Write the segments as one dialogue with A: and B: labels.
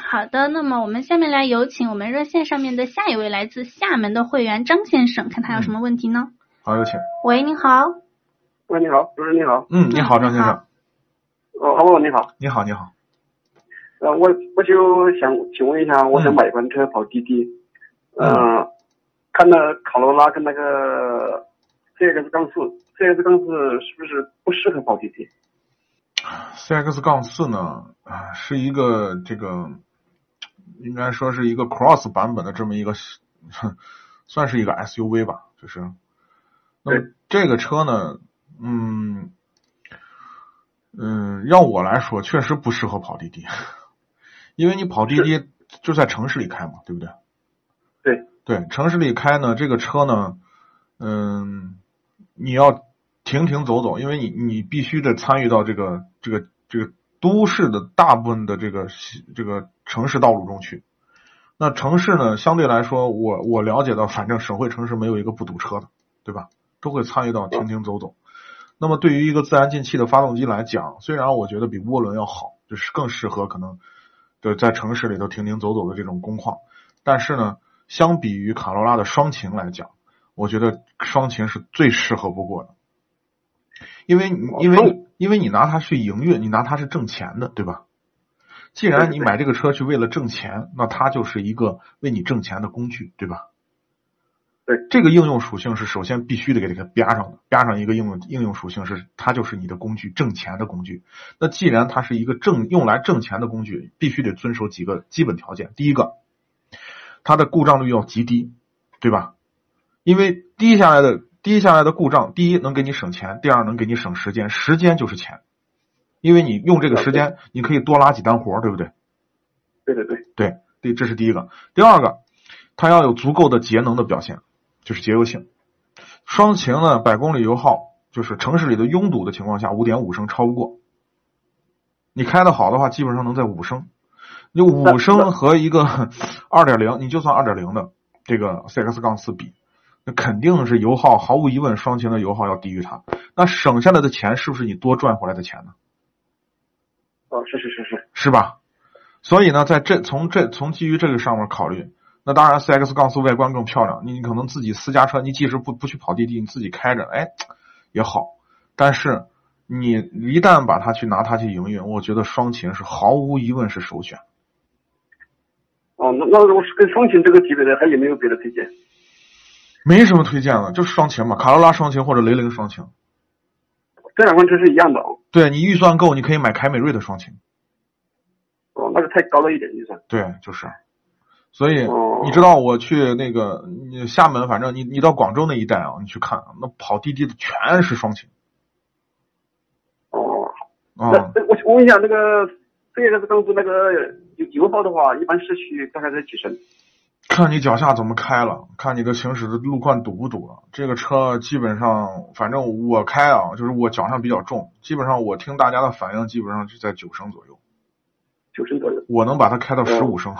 A: 好的，那么我们下面来有请我们热线上面的下一位来自厦门的会员张先生，看他有什么问题呢？
B: 好，有请。
A: 喂，你好。
C: 喂，你好，主持人你好，
B: 嗯，你好，
A: 嗯
B: 张先
A: 你
B: 生
A: 好。
C: 哦，阿旺你好，
B: 你好，你好。
C: 呃，我我就想请问一下，我想
B: 嗯
C: 买一款车跑滴滴，
B: 嗯
C: 呃，看到卡罗拉跟那个 CX 杠四，CX 杠四是不是不适合跑滴滴？
B: CX 杠四呢，啊，是一个这个，应该说是一个 cross 版本的这么一个， 哼算是一个 SUV 吧，就是。那么
C: 对
B: 这个车呢，嗯，嗯，要我来说，确实不适合跑滴滴， 因为你跑滴滴就在城市里开嘛，对不对？
C: 对
B: 对，城市里开呢，这个车呢，嗯，你要停停走走，因为你你必须得参与到这个这个这个都市的大部分的这个这个城市道路中去。那城市呢，相对来说，我我了解到，反正省会城市没有一个不堵车的，对吧？都会参与到停停走走。那么对于一个自然进气的发动机来讲，虽然我觉得比涡轮要好，就是更适合可能就是在城市里头停停走走的这种工况，但是呢，相比于卡罗拉的双擎来讲，我觉得双擎是最适合不过的，因为你因为你因为你拿它去营运，你拿它是挣钱的，对吧？既然你买这个车是为了挣钱，那它就是一个为你挣钱的工具，对吧？
C: 对，
B: 这个应用属性是首先必须得给它标上的，标上一个应用应用属性是它就是你的工具，挣钱的工具。那既然它是一个挣用来挣钱的工具，必须得遵守几个基本条件。第一个，它的故障率要极低，对吧？因为低下来的低下来的故障，第一能给你省钱，第二能给你省时间，时间就是钱，因为你用这个时间，你可以多拉几单活儿，对不对？
C: 对对对，
B: 对，第这是第一个。第二个，它要有足够的节能的表现，就是节油性。双擎呢，百公里油耗就是城市里的拥堵的情况下，五点五升超不过。你开的好的话，基本上能在五升。你五升和一个 二点零，你就算二点零的这个 CX 杠四比，那肯定是油耗，毫无疑问，双擎的油耗要低于它。那省下来的钱是不是你多赚回来的钱呢？
C: 哦，是是是是，
B: 是吧？所以呢，在这从这从基于这个上面考虑，那当然 CX 杠四外观更漂亮，你你可能自己私家车，你即使不不去跑滴滴，你自己开着，哎，也好。但是你一旦把它去拿它去营运，我觉得双擎是毫无疑问是首选。
C: 哦，那那如果是跟双擎这个级别的，还有没有别的推荐？
B: 没什么推荐了，就是双擎嘛，卡罗拉双擎或者雷凌双擎。
C: 这两款车是一样的哦，
B: 对你预算够，你可以买凯美瑞的双擎。
C: 哦，那个太高了一点预算，
B: 对，就是。所以
C: 哦
B: 你知道我去那个你厦门，反正你你到广州那一带啊，你去看啊那跑滴滴的全是双擎。
C: 哦，
B: 啊、
C: 那那我我问一下，那个 CX 杠四那个油油耗的话，一般市区大概在几升？
B: 看你脚下怎么开了，看你的行驶的路况堵不堵了。这个车基本上，反正我开啊，就是我脚上比较重，基本上我听大家的反应，基本上就在九升左右，
C: 九升左右。
B: 我能把它开到十
C: 嗯
B: 五升。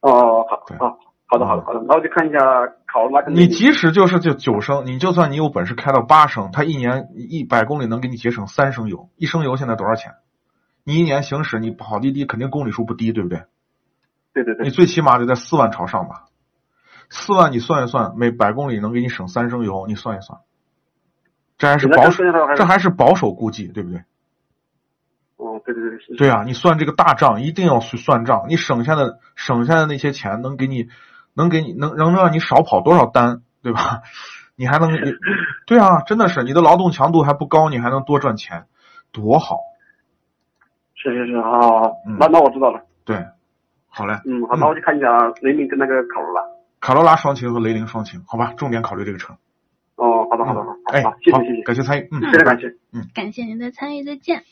C: 哦，好
B: 对，嗯
C: 好，好的，好的，好的，那我就看一下卡罗拉跟
B: 你即使就是就九升，你就算你有本事开到八升，它一年一百公里能给你节省三升油，一升油现在多少钱？你一年行驶，你跑滴滴肯定公里数不低，对不对？
C: 对对
B: 你
C: 对，
B: 最起码得在四万朝上吧？四万你算一算，每百公里能给你省三升油，你算一算，这还是
C: 那
B: 保
C: 刚
B: 守
C: 才，还有
B: 这还是保守估计，对不对？
C: 哦，对对对，是
B: 对啊，你算这个大账一定要去算账，你省下的省下的那些钱能给你能给你能能让你少跑多少单，对吧？ 你还能你对啊，真的是你的劳动强度还不高，你还能多赚钱，多好！
C: 是是是，好好好
B: 嗯，
C: 那那我知道了，
B: 对，好嘞，
C: 嗯，好，那我就看一下雷凌跟那个卡罗拉。
B: 卡罗拉双擎和雷凌双擎，好吧，重点考虑这个车。
C: 哦，好的，好的，好
B: 嗯，哎，
C: 好，谢
B: 好
C: 谢，谢谢，
B: 感谢参与，嗯，
C: 非常感谢。
A: 感谢您的参与，再见。